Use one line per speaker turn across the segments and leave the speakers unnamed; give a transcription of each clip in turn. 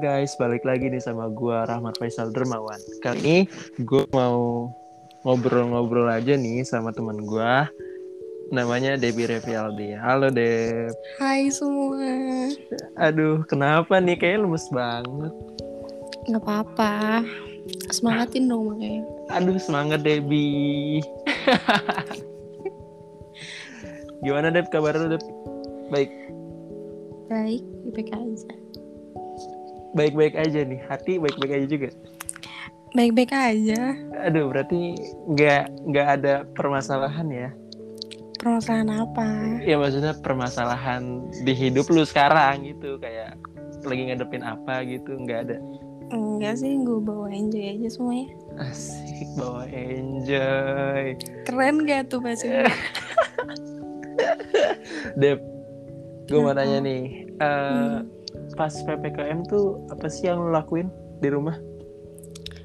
guys, balik lagi nih sama gua Rahmat Faisal Dermawan. Kali ini gua mau ngobrol-ngobrol aja nih sama teman gua. Namanya Debi Revialdi. Halo Deb.
Hai semua,
Aduh, kenapa nih kayaknya lemes banget.
nggak apa-apa. Semangatin dong E. makanya.
Aduh, semangat Debi. Gimana Deb kabar lu Deb?
Baik, baik aja.
Baik-baik aja nih. Hati baik-baik aja juga.
Baik-baik aja.
Aduh, berarti nggak nggak ada permasalahan ya.
Permasalahan apa?
ya maksudnya permasalahan di hidup lu sekarang gitu kayak lagi ngadepin apa gitu nggak ada
Enggak sih, gue bawa enjoy aja semuanya.
asik bawa enjoy
Keren gak tuh bahasa gue?
Dep gue mau
Kenapa?
nanya nih eh,
Hmm.
pas ppkm tuh apa sih yang lu lakuin di rumah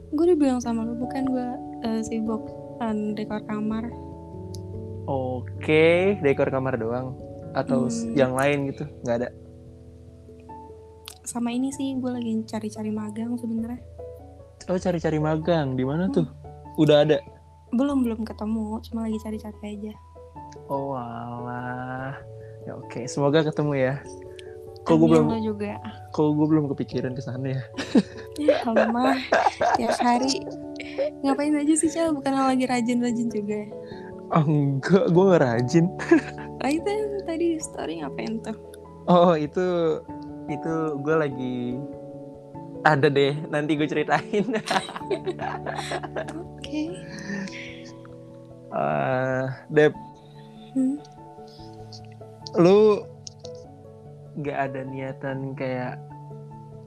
Gue udah bilang sama lu, bukan gue eh, sibuk eh, dekor kamar.
oke dekor kamar doang atau s-
Hmm.
yang lain gitu nggak ada
Sama ini sih, gue lagi cari-cari magang sebenarnya.
oh cari-cari magang di mana tuh udah ada
Belum belum ketemu, cuma lagi cari-cari aja.
oh alah ya oke semoga ketemu ya kok gue
Amin
belum
lo juga.
kok gue belum kepikiran ke sana ya
Ya Allah, mah tiap hari ngapain aja sih Cel? Bukan lagi rajin-rajin juga.
Oh, enggak, gue gak rajin.
Lah itu yang tadi di story ngapain tuh?
Oh, itu itu gue lagi ada deh. Nanti gue ceritain.
Oke.
Eh, Dep,
Hmm.
lu gak ada niatan kayak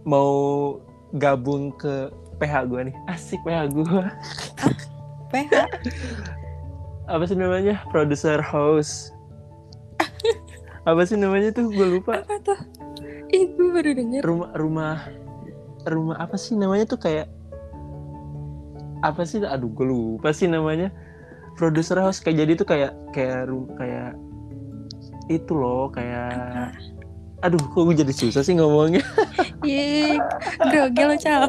mau gabung ke PH gue nih? Asik PH gue.
PH.
Apa sih namanya? Producer House. Apa sih namanya tuh? Gue lupa.
Apa tuh? Ih, gue baru denger.
rumah rumah rumah apa sih namanya tuh kayak apa sih aduh gue lupa sih namanya produser house kayak jadi tuh kayak kayak ru- kayak itu loh
Iya.
kayak aduh kok gue jadi susah sih ngomongnya
Yeay, grogi lo Cel.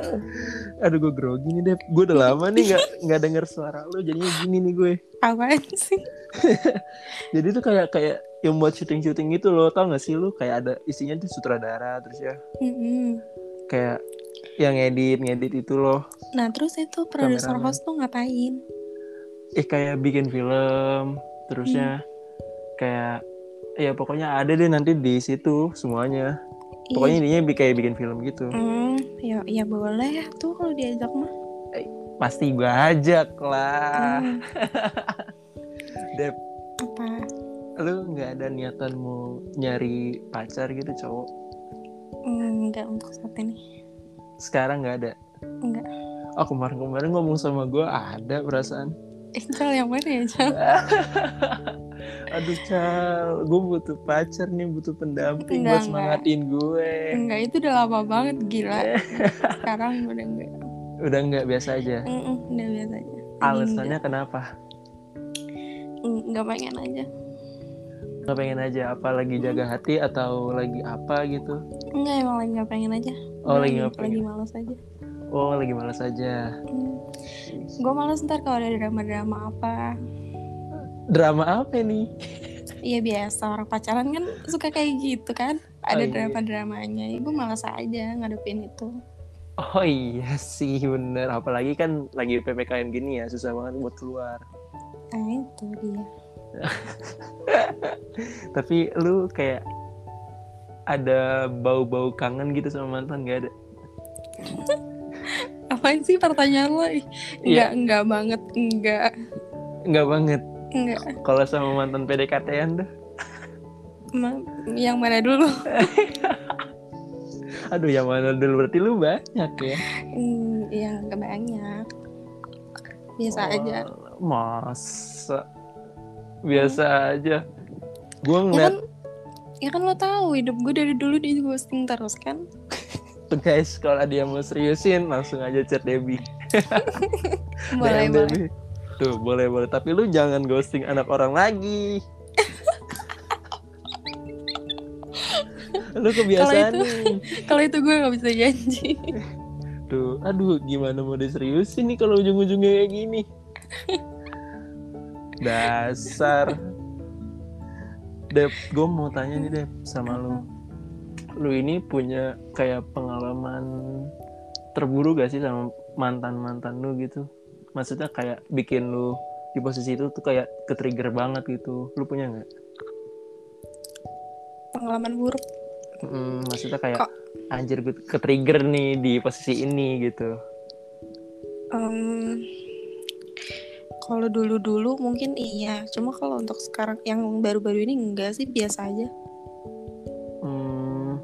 aduh gue grogi nih deh gue udah lama nih nggak nggak denger suara lo jadinya gini nih gue
Apaan sih?
jadi tuh kayak kayak yang buat syuting syuting gitu loh tau gak sih lu kayak ada isinya tuh sutradara terus ya
Mm-mm.
kayak yang edit ngedit itu loh
Nah terus itu produser
Kameramen.
host tuh ngapain?
eh kayak bikin film terusnya
Hmm.
kayak ya pokoknya ada deh nanti di situ semuanya
Ih,
pokoknya intinya bi- kayak bikin film gitu
Iya. Hmm, ya, ya boleh ya tuh kalau diajak mah.
pasti gue ajak lah
Hmm,
Dep
Apa? Hmm.
lu nggak ada niatan mau nyari pacar gitu cowok
Hmm, enggak untuk saat ini.
sekarang nggak ada
Nggak.
oh kemarin-kemarin ngomong sama gue ada perasaan
Eh, Cel yang mana ya Cel?
aduh cal gue butuh pacar nih butuh pendamping
Enggak,
buat semangatin gue Eh,
Enggak, itu udah lama banget gila. Sekarang udah enggak.
udah nggak biasa aja
Mm-mm, udah biasa aja. Jadi
alasannya kenapa
enggak- enggak pengen aja.
nggak pengen aja apa lagi jaga hati atau lagi apa gitu
Enggak emang lagi enggak pengen aja.
Oh, lagi nggak
Lagi
pengen.
malas aja.
Oh, lagi malas aja.
Hmm. Gue malas ntar kalau ada drama-drama apa.
Drama apa nih?
Iya biasa orang pacaran kan suka kayak gitu kan.
Oh,
Ada
iya.
drama-dramanya. Ibu malas aja ngadepin itu.
Oh iya sih bener. Apalagi kan lagi PPKM gini ya, susah banget buat keluar.
Nah itu dia.
Tapi lu kayak ada bau-bau kangen gitu sama mantan gak ada?
Apaan sih pertanyaan lo? Ih, Enggak,
Iya.
enggak banget. Enggak.
Nggak banget.
Enggak.
Kalau sama mantan PDKT-an tuh.
Ma- yang mana dulu?
Aduh, yang mana dulu berarti lu banyak ya?
Hmm, yang enggak banyak. Biasa aja. Ya
Oh, Masa? Biasa aja. Gue
Ya
ngeliat
kan, ya kan lo tahu hidup gue dari dulu di ghosting terus kan.
tuh guys, kalau ada yang mau seriusin langsung aja chat Debbie. DM
Boleh boleh.
Debbie. Tuh, boleh boleh. Tapi lu jangan ghosting anak orang lagi. lu kebiasaan
Kalau
nih.
Kalau itu gue nggak bisa janji.
Duh, Gitu. aduh gimana mau diseriusin nih kalau ujung-ujungnya kayak gini. Dasar. Dep, gue mau tanya nih Dep sama lu. Lu ini punya kayak pengalaman terburuk gak sih sama mantan-mantan lu gitu? Maksudnya kayak bikin lu di posisi itu tuh kayak ketrigger banget gitu. Lu punya nggak?
Pengalaman buruk.
Mm, maksudnya kayak
Kok-
anjir gue ketrigger nih di posisi ini gitu.
Em, kalau dulu-dulu mungkin iya. Cuma kalau untuk sekarang yang baru-baru ini enggak sih biasa aja.
Hmm,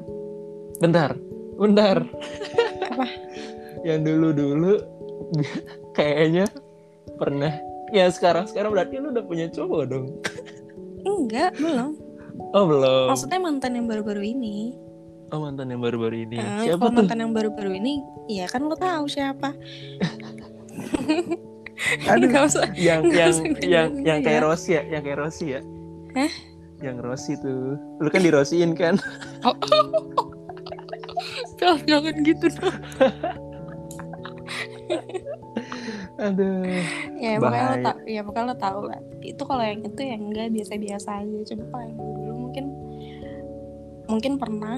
bentar, bentar.
Apa?
Yang dulu-dulu kayaknya pernah. Ya sekarang sekarang berarti lu udah punya cowok dong.
Enggak belum.
Oh belum.
Maksudnya mantan yang baru-baru ini.
Oh mantan yang baru-baru ini.
Nah,
Siapa
kalau
tuh?
mantan yang baru-baru ini, ya kan lo tahu siapa.
Aduh,
Nggak usah.
yang
nggak
yang
usah dibilangin
yang yang kayak
ya. Eh?
Rosi ya, yang kayak Rosi ya.
Hah?
Yang Rosi tuh. Lu kan dirosiin kan?
Fel, jangan gitu dong.
Aduh.
Ya pokoknya
Iya,
lo
Bahaya.
tau, ya pokoknya lo tau lah. Itu kalau yang itu yang enggak biasa-biasa aja. Cuma kalau yang dulu mungkin mungkin pernah.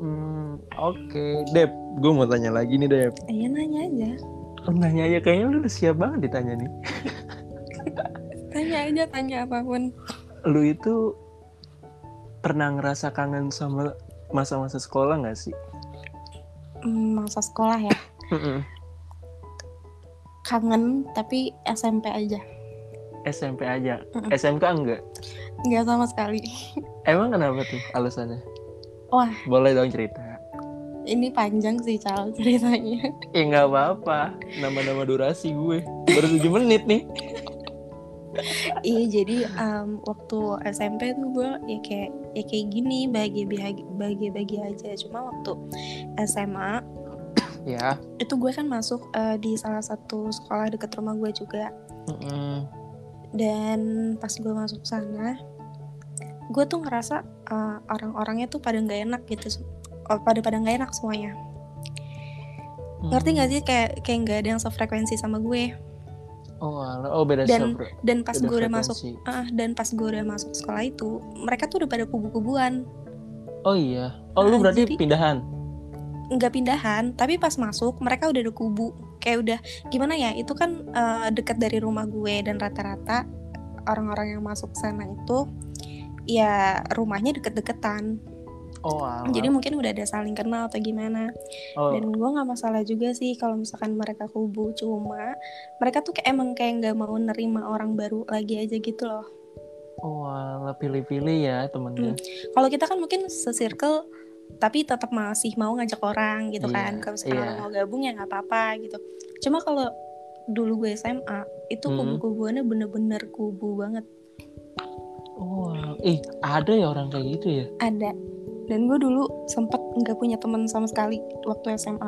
Hmm, oke, Dep, gue mau tanya lagi nih Dep.
Eh, Ya nanya aja.
Lu Nanya aja kayaknya lu udah siap banget ditanya nih.
Tanya aja, tanya apapun.
lu itu pernah ngerasa kangen sama masa-masa sekolah nggak sih?
Hmm, masa sekolah ya. Kangen tapi SMP aja.
SMP aja,
Mm-mm.
SMK enggak?
Enggak sama sekali.
Emang kenapa tuh alasannya?
Wah.
Boleh dong cerita?
Ini panjang sih Cal ceritanya.
Ya nggak apa-apa, nama-nama durasi gue baru 7 menit nih.
Iya jadi em, waktu SMP tuh gue ya kayak ya kayak gini bahagia bahagia bahagia, bahagia aja. Cuma waktu SMA
Ya.
itu gue kan masuk eh, di salah satu sekolah deket rumah gue juga
Mm-mm.
dan pas gue masuk sana gue tuh ngerasa eh, orang-orangnya tuh pada nggak enak gitu Oh, pada pada nggak enak semuanya ngerti nggak sih kayak kayak nggak ada yang sefrekuensi sama gue
Oh, ala- oh beda
Dan
sub-
dan pas
beda
gue udah masuk
frekuensi.
ah, dan pas gue udah masuk sekolah itu mereka tuh udah pada kubu-kubuan
Oh iya. Oh lu
Nah,
berarti
jadi-
pindahan.
nggak pindahan tapi pas masuk mereka udah ada kubu kayak udah gimana ya itu kan eh, dekat dari rumah gue dan rata-rata orang-orang yang masuk sana itu ya rumahnya deket-deketan
Oh, ala.
jadi mungkin udah ada saling kenal atau gimana
oh,
dan gue nggak masalah juga sih kalau misalkan mereka kubu cuma mereka tuh kayak emang kayak nggak mau nerima orang baru lagi aja gitu loh
oh ala, pilih-pilih ya temennya.
kalau kita kan mungkin se-circle tapi tetap masih mau ngajak orang
Iya,
gitu kan kalau misalkan
iya.
orang mau gabung ya nggak apa-apa gitu cuma kalau dulu gue SMA itu
Hmm.
kubu-kubuannya bener-bener kubu banget
Oh, ala. ih ada ya orang kayak gitu ya.
ada dan gue dulu sempet nggak punya teman sama sekali waktu SMA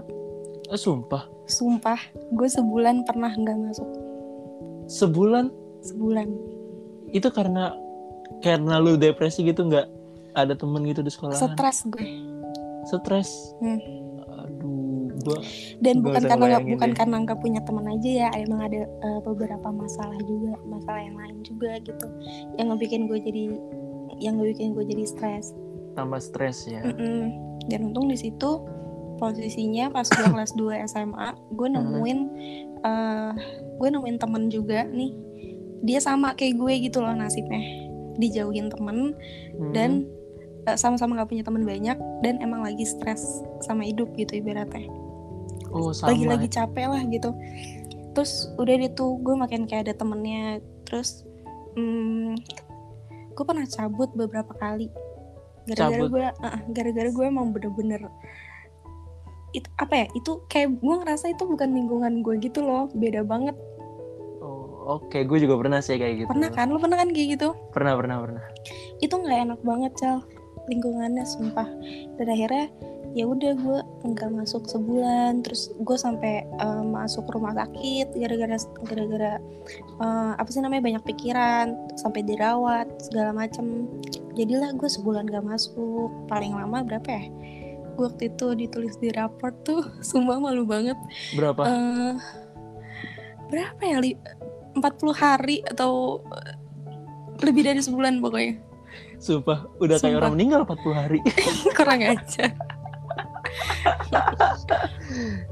Eh, sumpah.
sumpah gue sebulan pernah nggak masuk
sebulan
sebulan
itu karena karena lu depresi gitu nggak ada temen gitu di sekolahan
stres gue
stres
Hmm.
aduh gua
dan
Gue
bukan
bisa
karena nggak
ngebayangin
bukan
deh.
karena nggak punya teman aja ya emang ada eh, beberapa masalah juga masalah yang lain juga gitu yang ngebikin gue jadi yang ngebikin gue jadi stres
tambah stres ya
Mm-mm. Dan untung di situ posisinya pas gue kelas 2 SMA, gue
Mhm.
nemuin eh, gue nemuin temen juga nih. Dia sama kayak gue gitu loh nasibnya. Dijauhin temen
Hmm.
dan eh, sama-sama nggak punya temen banyak dan emang lagi stres sama hidup gitu ibaratnya.
oh sama
Lagi-lagi capek lah gitu. Terus udah deh tuh gue makin kayak ada temennya. Terus mm, gue pernah cabut beberapa kali. Gara-gara
Cabut?
gue, ah, gara-gara gue emang bener-bener itu apa ya? Itu kayak gue ngerasa itu bukan lingkungan gue gitu loh, beda banget.
oh, oke gue juga pernah sih kayak gitu
Pernah kan? Lo pernah kan kayak gitu?
pernah pernah pernah
Itu nggak enak banget cal lingkungannya sumpah. Dan akhirnya ya udah gue nggak masuk sebulan terus gue sampai eh, masuk rumah sakit gara-gara gara-gara eh, apa sih namanya banyak pikiran sampai dirawat segala macem jadilah gue sebulan gak masuk paling lama berapa ya gue waktu itu ditulis di raport tuh sumpah malu banget
Berapa?
eh berapa ya li- 40 hari atau eh, lebih dari sebulan pokoknya
Sumpah, udah kayak
Sumpah.
orang meninggal 40 hari.
kurang aja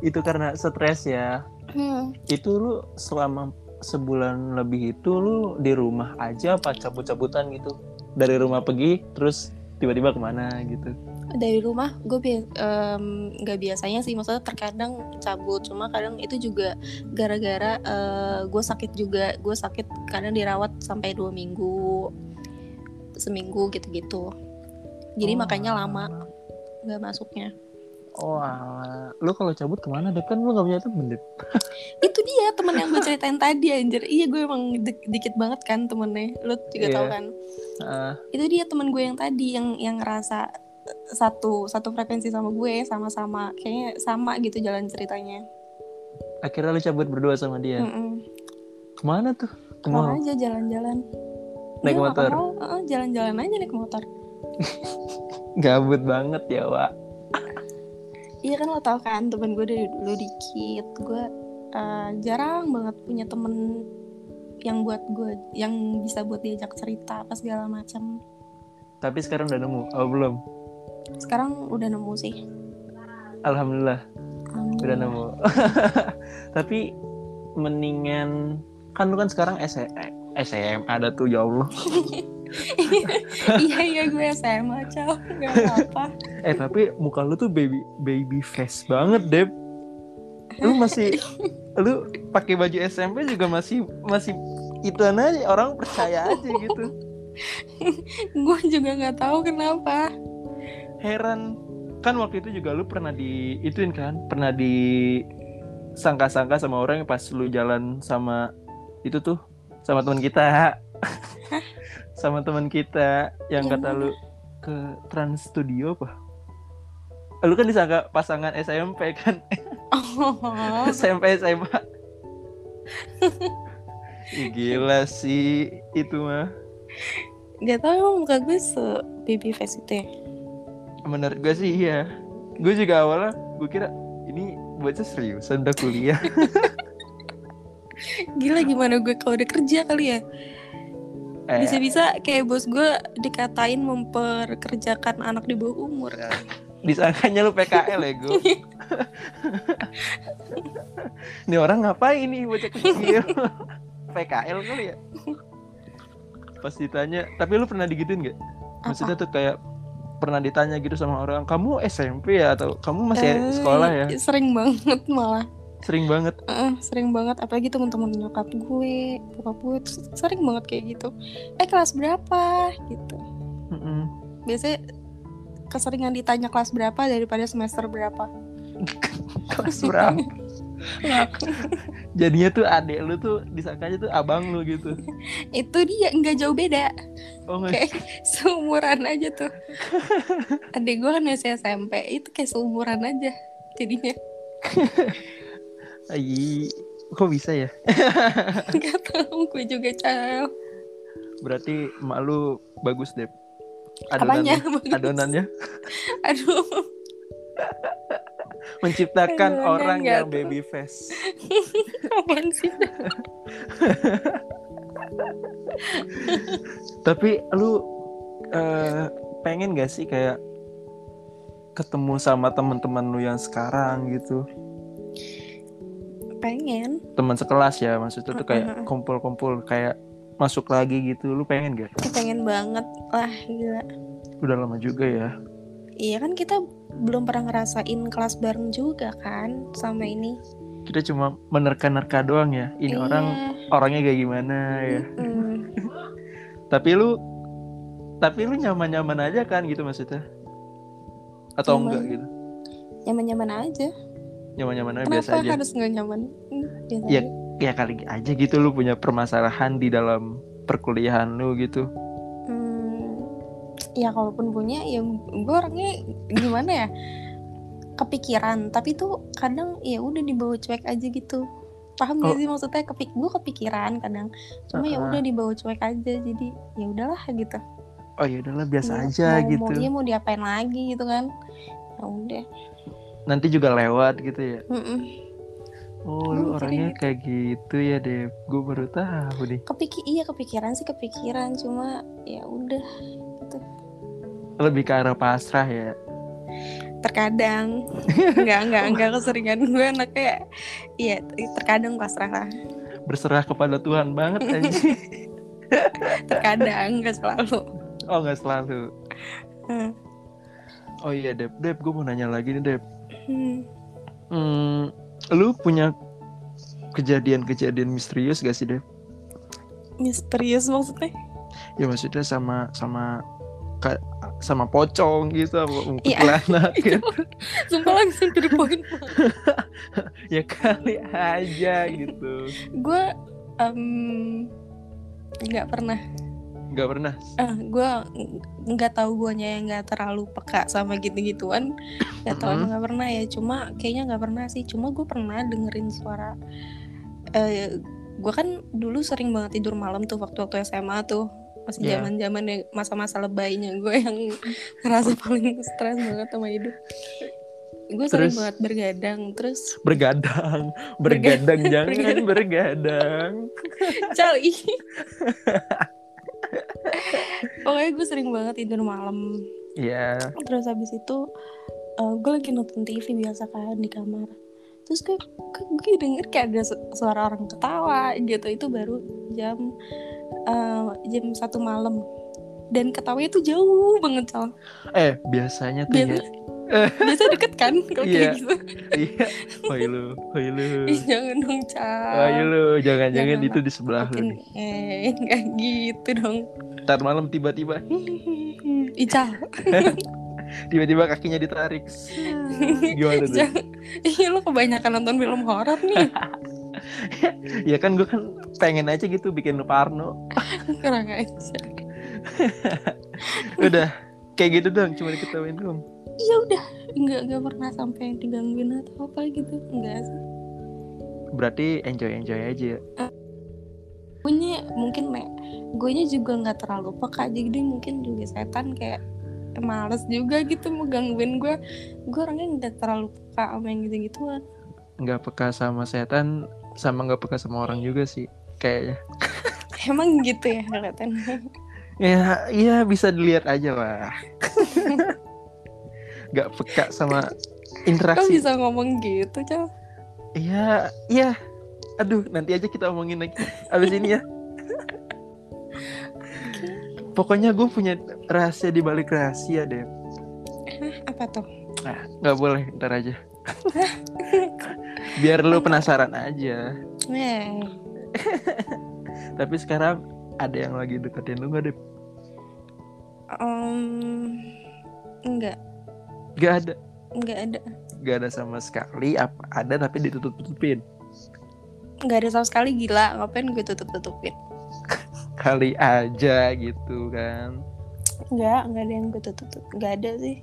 itu karena stres ya.
Hmm.
Itu lu selama sebulan lebih itu lu di rumah aja apa cabut-cabutan gitu? Dari rumah pergi terus tiba-tiba kemana gitu.
dari rumah gue nggak biasanya sih maksudnya terkadang cabut cuma kadang itu juga gara-gara gue sakit juga gue sakit kadang dirawat sampai dua minggu seminggu gitu-gitu jadi
Oh.
makanya lama nggak masuknya
Oh, alah. lu kalau cabut kemana? Dep kan lu gak punya temen, Dep.
itu dia temen yang gue ceritain tadi anjir iya gue emang di- dikit banget kan temennya lo juga
Iya.
tahu kan
Ah,
itu dia temen gue yang tadi yang yang ngerasa eh, satu satu frekuensi sama gue sama-sama kayaknya sama gitu jalan ceritanya
akhirnya lu cabut berdua sama dia.
Mm-mm.
Kemana tuh? Iya. Ke
Hmm. Kemana
mall.
aja jalan-jalan
Naik
Iya,
motor?
nggak mau. Heeh, jalan-jalan aja naik motor
Gabut banget ya, Wak.
iya kan lo tau kan temen gue dari dulu dikit gue eh, jarang banget punya temen yang buat gue yang bisa buat diajak cerita apa segala macam
Tapi sekarang udah nemu. Oh, belum.
sekarang udah nemu sih
Alhamdulillah. udah
Alhamdulillah.
nemu tapi mendingan kan lu kan sekarang S SMA ada tuh ya Allah
iya iya gue SMA cow gak apa-apa
eh tapi muka lu tuh baby baby face banget Deb lu masih lu pakai baju SMP juga masih masih itu aja orang percaya aja gitu
gue juga nggak tahu kenapa
heran kan waktu itu juga lu pernah di ituin kan pernah di sangka-sangka sama orang yang pas lu jalan sama itu tuh sama teman kita sama teman kita yang
Yang
kata
mana?
lu ke Trans Studio apa lu kan disangka pasangan SMP kan
oh
SMP SMA Ih, gila sih itu mah
nggak tahu emang muka gue se baby face itu ya
menurut gue sih iya gue juga awalnya gue kira ini bocah seriusan udah kuliah
gila gimana gue kalau udah kerja kali ya
Eh,
bisa-bisa kayak bos gue dikatain memperkerjakan anak di bawah umur
Iya, disangkanya lu PKL ya gue ini orang ngapain nih bocah kecil PKL kali ya pas ditanya tapi lu pernah digituin gak maksudnya tuh kayak pernah ditanya gitu sama orang kamu SMP ya atau kamu masih
Eh,
sekolah ya
sering banget malah
sering banget
Eh, sering banget apalagi teman-teman nyokap gue bokap gue tuh sering banget kayak gitu eh kelas berapa gitu
Mm-mm.
biasanya keseringan ditanya kelas berapa daripada semester berapa
kelas berapa jadinya tuh adek lu tuh disangkanya tuh abang lu gitu
itu dia nggak jauh beda
oh nggak
kayak seumuran aja tuh adik gue kan masih SMP itu kayak seumuran aja jadinya
Ayy, kok bisa ya
nggak tahu gue juga cow
berarti emak lu bagus deh adonannya
apanya Bagus.
adonannya
aduh
menciptakan
Adonan
orang
nggak
yang
tuh.
baby face
apaan sih
tapi lu eh, pengen gak sih kayak ketemu sama teman-teman lu yang sekarang gitu
pengen
teman sekelas ya maksudnya tuh
Mm-mm.
kayak kumpul-kumpul kayak masuk lagi gitu lu pengen gak
Gue pengen banget lah gila
udah lama juga ya
iya kan kita belum pernah ngerasain kelas bareng juga kan sama ini
kita cuma menerka-nerka doang ya ini
Iya.
orang orangnya kayak gimana ya
Mm-mm.
tapi lu tapi lu nyaman-nyaman aja kan gitu maksudnya atau
Nyaman.
enggak gitu
nyaman-nyaman aja
nyaman-nyaman aja biasa
kenapa
aja
harus nggak nyaman Hmm, biasa
Iya.
aja.
ya kali aja gitu lu punya permasalahan di dalam perkuliahan lu gitu
Hmm, ya kalaupun punya ya gue orangnya gimana ya kepikiran tapi tuh kadang ya udah dibawa cuek aja gitu paham
Oh.
gak sih maksudnya kepik gue kepikiran kadang cuma ya
Uh-uh.
udah dibawa cuek aja jadi ya udahlah gitu
oh ya udahlah biasa
Iya,
aja
mau,
gitu
mau, iya, mau diapain lagi gitu kan ya udah
nanti juga lewat gitu ya
Mm-mm.
oh lu
Mungkin
orangnya
gitu.
kayak gitu ya deh gue baru tahu nih
kepiki iya kepikiran sih kepikiran cuma ya udah
lebih ke arah pasrah ya
terkadang nggak nggak nggak keseringan gue anaknya iya terkadang pasrah lah
berserah kepada Tuhan banget anjing.
terkadang nggak selalu
oh nggak selalu
Hmm.
oh iya Dep Dep gue mau nanya lagi nih Dep
Hmm.
Hmm, lu punya kejadian-kejadian misterius gak sih Dep
misterius maksudnya
ya maksudnya sama sama ka- sama pocong gitu sama mungkin
Iya.
gitu.
sumpah langsung to the point
ya kali aja gitu
gue em, nggak pernah
nggak pernah
eh gue nggak tahu guanya yang nggak terlalu peka sama gitu-gituan nggak tahu
Mhm.
emang nggak pernah ya cuma kayaknya nggak pernah sih cuma gue pernah dengerin suara eh gue kan dulu sering banget tidur malam tuh waktu-waktu SMA tuh masih
Iya.
zaman zaman masa-masa lebaynya gue yang ngerasa paling stres banget sama hidup gue sering
Terus?
banget bergadang terus
bergadang
Berga-
bergadang jangan
bergadang.
bergadang
Cali. Pokoknya gue sering banget tidur malam.
ya
Terus habis itu eh, gue lagi nonton TV biasa kan di kamar. Terus gue, gue, gue denger kayak ada su- suara orang ketawa gitu. Itu baru jam eh, jam satu malam. Dan ketawanya tuh jauh banget Cal.
eh biasanya tuh ya
Biasa, biasa deket kan kalau
Iya.
kayak gitu.
iya hoi lu hoi lu
Ih, jangan dong Cal.
hoi lu jangan-jangan
Jangan,
itu di sebelah lu
Makin-
nih.
eh, nggak gitu dong.
ntar malam tiba-tiba
Ih, Cal.
tiba-tiba kakinya ditarik gimana tuh
Jangan- Iya lu kebanyakan nonton film horor nih
ya kan gue kan pengen aja gitu bikin lu parno
Kurang aja
udah kayak gitu dong cuma diketawain dong
Iya udah Nggak, nggak pernah sampai yang digangguin atau apa gitu Enggak sih
berarti enjoy enjoy aja ya
Punya mungkin nek Guenya juga nggak terlalu peka Jadi mungkin juga setan kayak Males juga gitu mau gangguin gue Gue orangnya nggak terlalu peka sama yang gitu-gituan
nggak peka sama setan sama nggak peka sama orang juga sih kayaknya
Emang gitu ya kelihatannya
ya iya bisa dilihat aja lah nggak peka sama
Kok
interaksi
bisa ngomong gitu Cal?
iya iya aduh nanti aja kita omongin lagi abis ini ya pokoknya gue punya rahasia di balik rahasia deh
Apa tuh?
Ah, nggak boleh ntar aja biar lu penasaran aja
Eh,
tapi sekarang ada yang lagi deketin lu nggak deh
em, enggak,
nggak ada
enggak ada
nggak ada sama sekali apa ada tapi ditutup tutupin
nggak ada sama sekali gila ngapain gue tutup tutupin
kali aja gitu kan
nggak nggak ada yang gue tutup tutup nggak ada sih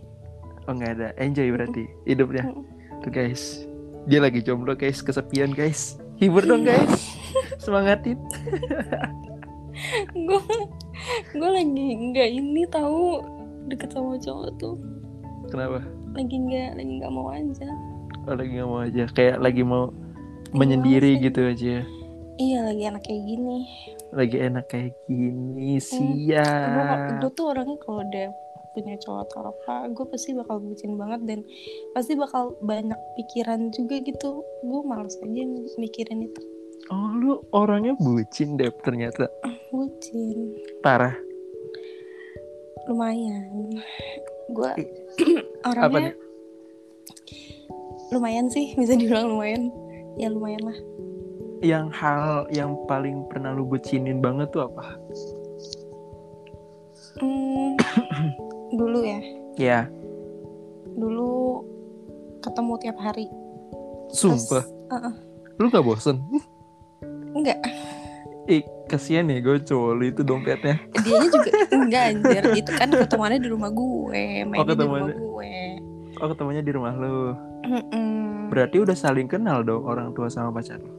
oh nggak ada enjoy berarti hidupnya tuh guys dia lagi jomblo guys kesepian guys hibur dong guys semangatin
gue gue lagi nggak ini tahu deket sama cowok tuh
kenapa
lagi nggak lagi nggak mau aja
oh, lagi nggak mau aja kayak lagi mau menyendiri
sih.
gitu aja
iya lagi anak kayak gini
lagi enak kayak gini
gue
siap
gue tuh orangnya kalau udah punya cowok atau apa gue pasti bakal bucin banget dan pasti bakal banyak pikiran juga gitu gue males aja mikirin itu
Oh lu orangnya bucin deh ternyata
bucin
Parah
lumayan gue
I- Apa
orangnya
nih?
lumayan sih bisa dibilang lumayan ya lumayan lah
Yang hal yang paling pernah lu bucinin banget tuh apa?
Hmm, dulu ya
Ya
dulu ketemu tiap hari Terus-
Sumpah
Uh-uh.
Lu gak bosen?
enggak
Ih kasihan ya gue cowok lu itu dompetnya
dianya juga enggak anjir itu kan ketemuannya di rumah gue mainnya di rumah
ketemuannya.
gue
Oh ketemunya di rumah lu
Mm-mm.
Berarti udah saling kenal dong orang tua sama pacar lo.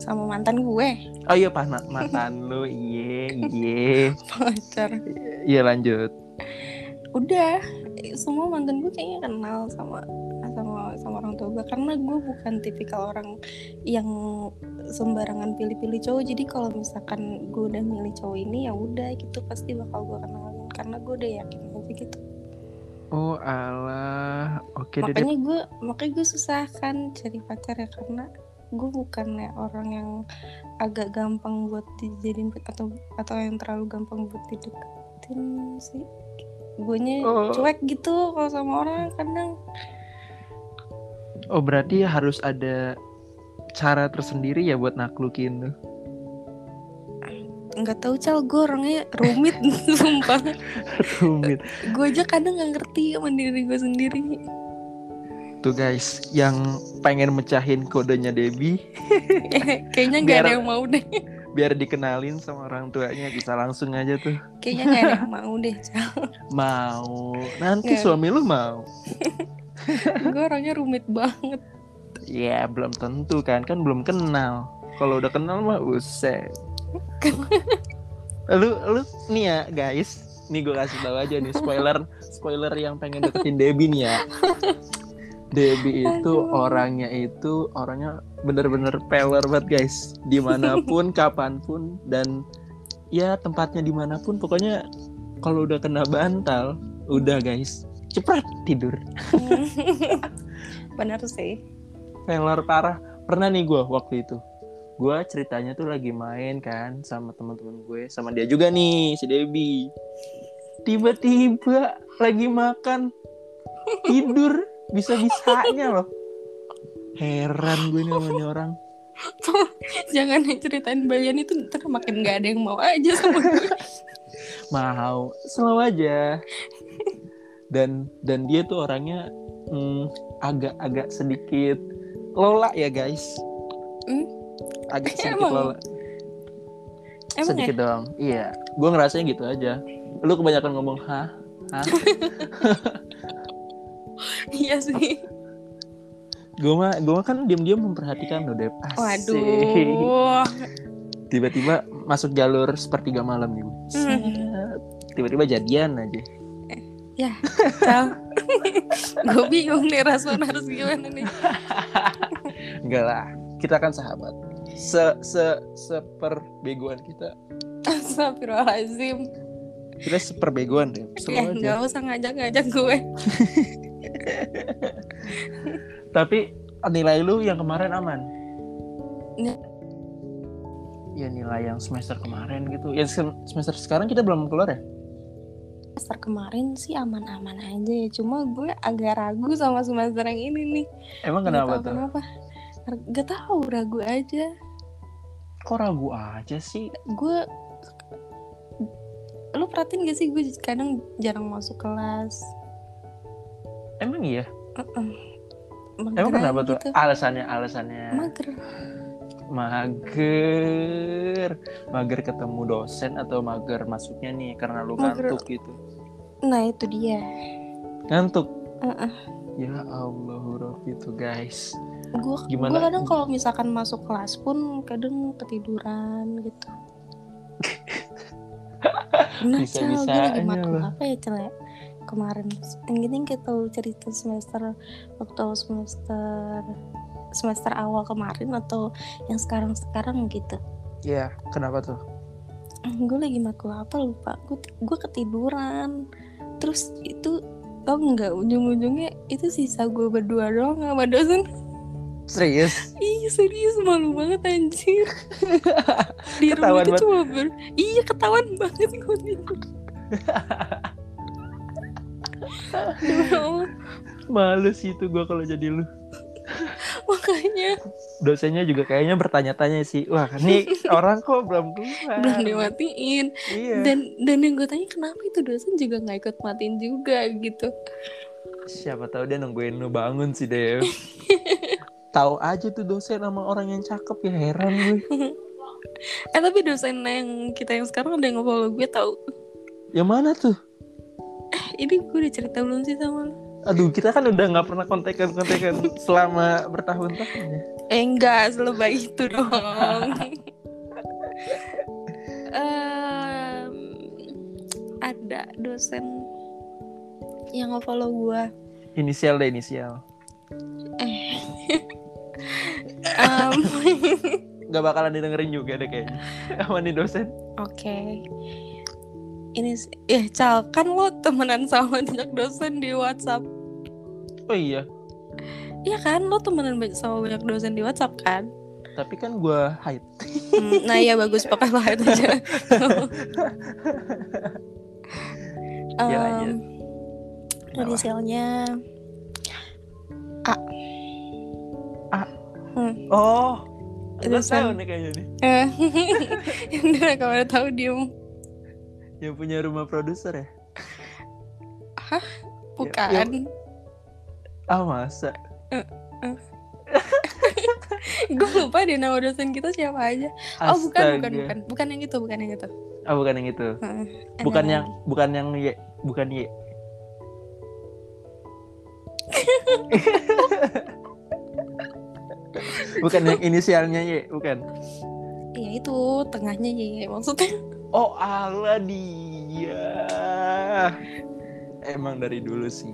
sama mantan gue
Oh iya pas mantan lo, iye iye.
pacar
Iya lanjut.
udah eh, semua mantan gue kayaknya kenal sama sama sama orang tua gue karena gue bukan tipikal orang yang sembarangan pilih-pilih cowok jadi kalau misalkan gue udah milih cowok ini ya udah gitu pasti bakal gue kenalin karena gue udah yakin aja gitu
Oh alah, oke deh.
makanya gue makanya gue susah kan cari pacar ya karena gue bukan ya orang yang agak gampang buat dijadiin atau atau yang terlalu gampang buat dideketin sih gue
Oh.
cuek gitu kalau sama orang kadang
Oh berarti harus ada cara tersendiri ya buat naklukin tuh.
nggak tahu cal gue orangnya rumit sumpah
Rumit.
gue aja kadang nggak ngerti sama diri gue sendiri
Tuh guys, yang pengen mecahin kodenya Debbie
kayaknya nggak ada
Biar-
yang mau deh
biar dikenalin sama orang tuanya bisa langsung aja tuh.
kayaknya nggak ada yang mau deh cal
Mau. Nanti
Iya.
suami lu mau.
gue orangnya rumit banget
Ya belum tentu kan, kan belum kenal. Kalau udah kenal mah usai. lu lu nih ya guys, nih gue kasih tahu aja nih spoiler spoiler yang pengen deketin Debbie nih ya. Debbie itu
Aduh.
orangnya itu orangnya bener-bener peler banget guys, dimanapun, kapanpun dan ya tempatnya dimanapun, pokoknya kalau udah kena bantal, udah guys, cepet tidur.
benar sih
Failure parah. Pernah nih gue waktu itu. Gue ceritanya tuh lagi main kan sama teman-teman gue, sama dia juga nih si Debbie. Tiba-tiba lagi makan tidur bisa-bisanya loh. Heran gue nih sama nih orang.
jangan yang ceritain bayan itu ntar makin nggak ada yang mau aja sama gue
Mau slow aja. Dan dan dia tuh orangnya mm, agak-agak sedikit lola ya guys.
Hmm?
Agak sedikit
Emang?
lola.
emang ya
sedikit doang iya gue ngerasanya gitu aja lu kebanyakan ngomong hah
iya sih
gue mah gue mah kan diam-diam memperhatikan lo deh Asik.
waduh
tiba-tiba masuk jalur sepertiga malam nih gua.
Hmm.
Set. tiba-tiba jadian aja
cal gue bingung nih respon harus gimana nih
enggak lah kita kan sahabat se se seperbegoan kita
Astagfirullahaladzim
kita seperbegoan deh
Ya
Slow aja
nggak usah ngajak-ngajak gue
tapi nilai lu yang kemarin aman
Ni-
ya nilai yang semester kemarin gitu ya sem- semester sekarang kita belum keluar ya
Semester kemarin sih aman-aman aja ya Cuma gue agak ragu sama semester yang ini nih
emang
Nggak
kenapa
tahu
tuh
Kenapa Gak tau ragu aja
kok ragu aja sih
Gue Lu perhatiin gak sih gue kadang jarang masuk kelas
emang iya
Heeh.
emang
Mageran
kenapa tuh
gitu.
alasannya alasannya
Mager
mager mager ketemu dosen atau mager masuknya nih karena lu
Mager.
ngantuk gitu
Nah itu dia
ngantuk
Heeh.
ya Allah huruf itu guys
Gue
Gimana?
gue kadang kalau misalkan masuk kelas pun Kadang ketiduran gitu Nah, Cal, gue lagi
Bisa-bisanya
matkul
lu.
apa ya, Cel, ya? Kemarin. Yang gini kita cerita semester waktu semester semester awal kemarin atau yang sekarang-sekarang gitu.
ya kenapa tuh
Gue lagi matkul apa lupa. Gue gue ketiduran. Terus itu tau nggak ujung-ujungnya itu sisa gue berdua doang sama dosen
serius
iya serius malu banget anjir di
Ketahuan
rumah
banget.
itu cuma ber iya ketahuan banget gue tidur Demi Allah,
malu sih itu gitu gua kalau jadi lu
makanya
dosennya juga kayaknya bertanya-tanya sih wah ini orang kok belum keluar
belum dimatiin
iya
dan dan yang gue tanya kenapa itu dosen juga nggak ikut matiin juga gitu
siapa tahu dia nungguin lu bangun sih Dev tahu aja tuh dosen sama orang yang cakep ya heran gue
eh tapi dosen yang kita yang sekarang ada yang nge-follow gue tau
Yang Ya mana tuh?
ini gue udah cerita belum sih sama lo
aduh kita kan udah nggak pernah kontekan kontekan selama bertahun-tahun ya
Eh, enggak, selebay itu dong. Em, ada dosen yang nge-follow gua.
inisial deh inisial
Em,
nggak bakalan didengerin juga deh kayaknya sama nih dosen
Oke. Ini s- ya Cal, kan lo temenan sama banyak dosen di WhatsApp.
oh iya
Iya kan, lo temenan ba- sama banyak dosen di WhatsApp kan?
tapi kan gue hide
Hmm, nah iya bagus pakai lahat aja.
Ya,
Em,
lanjut. Kenapa?
Inisialnya
oh gue
Dosen.
tahu nih kayaknya nih
eh udah kamu udah tahu diem
yang punya rumah produser ya
bukan
ah masa
gue lupa deh nama dosen kita siapa aja oh bukan bukan bukan bukan yang itu bukan yang itu Eh,
ah bukan yang itu
Ada
bukan
lagi.
yang bukan yang ye bukan ye bukan yang inisialnya ye bukan
ya itu tengahnya ya maksudnya
oh ala dia emang dari dulu sih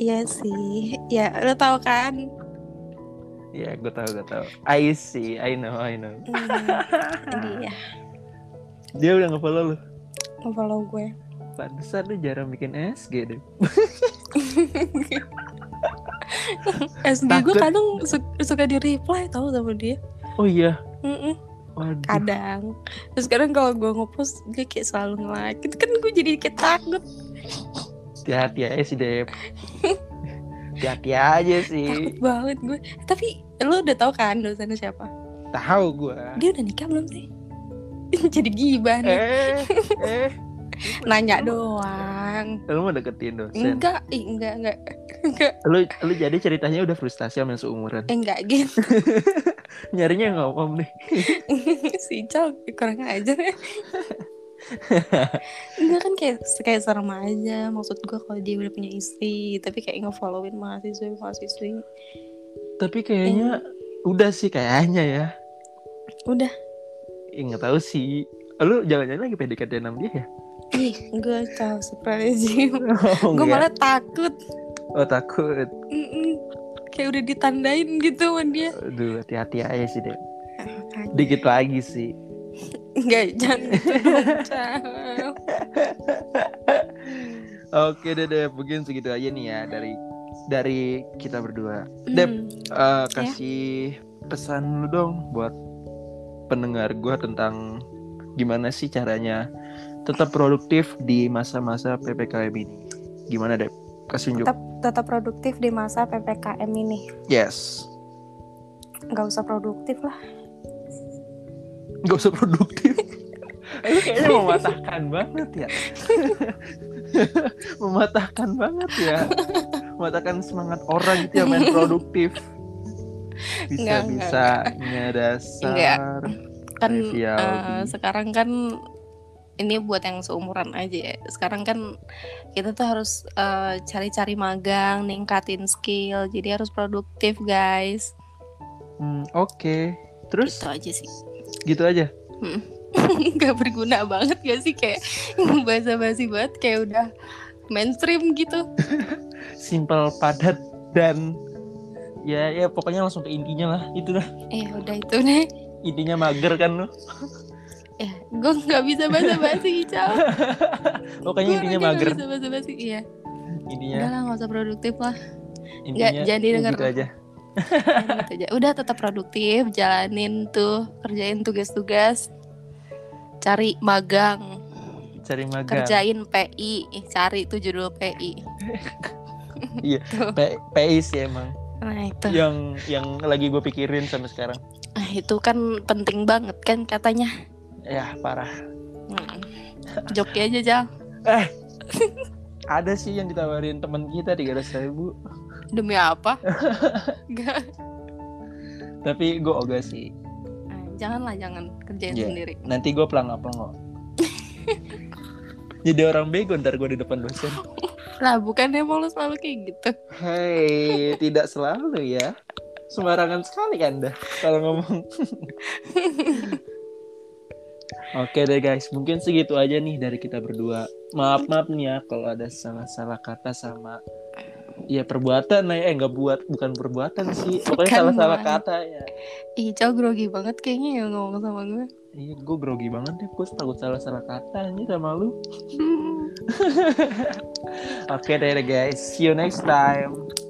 iya sih ya lo tahu kan
ya gue tahu gue tahu I see I know I know
hmm, dia
dia udah ngefollow lu
follow gue
pantesan lu jarang bikin SG deh
SG gue
Takut.
kadang su- suka di reply tau sama dia
oh iya
Mm-mm,
waduh
kadang terus kadang kalau gue ngepost dia kayak selalu nge-like itu kan gue jadi kayak takut
hati-hati aja sih Dep hati-hati aja
takut
sih
banget gue tapi lo udah tahu kan dosennya siapa
tahu gua
dia udah nikah belum sih jadi gibah nih
eh eh
nanya doang
lu mau deketin dosen
enggak ih, enggak enggak enggak
lu lu jadi ceritanya udah frustasi sama yang seumuran
eh, enggak gitu
nyarinya yang ngomong nih
si Cal kurang ajar ya enggak kan kayak kayak serem aja maksud gue kalau dia udah punya istri tapi kayak ngefollowin mahasiswa mahasiswi
tapi kayaknya
Iya.
udah sih kayaknya ya
Udah.
Ya, nggak tahu sih lu jangan-jangan lagi PDKT sama dia ya
ih gue tahu surprise
oh,
gue
enggak.
malah takut
oh takut
Mm-mm. kayak udah ditandain gitu sama dia
aduh hati-hati aja sih deh
Ah, makanya.
dikit lagi sih
enggak jangan gitu dong, Cal.
Oke deh deh, mungkin segitu aja nih ya dari dari kita berdua. Dep,
Hmm.
eh, kasih pesan lu dong buat pendengar gua tentang gimana sih caranya tetap produktif di masa-masa ppkm ini. Gimana Dep? Kasih unjuk.
tetap tetap produktif di masa ppkm ini
Yes.
nggak usah produktif lah
Gak usah produktif. Lu kayaknya mematahkan banget ya. mematahkan banget ya. Mematahkan semangat orang gitu ya main produktif.
Enggak,
Bisa-bisanya dasar.
Enggak. kan
Trivial,
eh,
Bi.
sekarang kan ini buat yang seumuran aja ya sekarang kan kita tuh harus eh, cari-cari magang ningkatin skill jadi harus produktif guys
Hmm, Oke. Terus
itu aja sih
gitu aja.
nggak berguna banget gak sih kayak bahasa basi banget kayak udah mainstream gitu
Simple, padat dan ya ya pokoknya langsung ke intinya lah. Itu dah.
eh udah itu deh
Intinya mager kan lu.
ya gue nggak bisa bahasa basi cal
Pokoknya Oh, iya, intinya
Gue orangnya nggak
mager.
bisa bahasa basi iya udah
Intinya
lah nggak usah produktif lah
intinya
jadi denger-
gitu aja.
gitu aja. Udah tetap produktif, jalanin tuh, kerjain tugas-tugas, cari magang,
Cari
Ya.
mager.
kerjain PI, Ih, cari tuh judul PI.
Iya.
Tuh.
P- PI sih ya emang.
Nah itu,
yang yang lagi gue pikirin sampai sekarang
Nah, itu kan penting banget kan katanya.
ya parah
Hmm. Joki aja Jal,
ada sih yang ditawarin teman kita tiga ratus ribu
demi apa? Gak.
tapi gue ogah sih
Nah, janganlah jangan kerjain
Iya.
sendiri.
nanti gue pelang apa nggak jadi orang bego ntar gue di depan dosen
Lah bukan emang lu selalu kayak gitu.
Hei, tidak selalu ya. Sembarangan sekali Anda kalau ngomong. Oke deh guys, mungkin segitu aja nih dari kita berdua. Maaf maaf nih ya kalau ada salah-salah kata sama ya perbuatan lah ya eh nggak buat bukan perbuatan sih pokoknya
Bukan,
salah-salah
bukan.
kata ya
Ih, cowok grogi banget kayaknya ya ngomong sama gue.
iya gue grogi banget deh gue takut salah-salah kata ini sama lu oke deh guys see you next time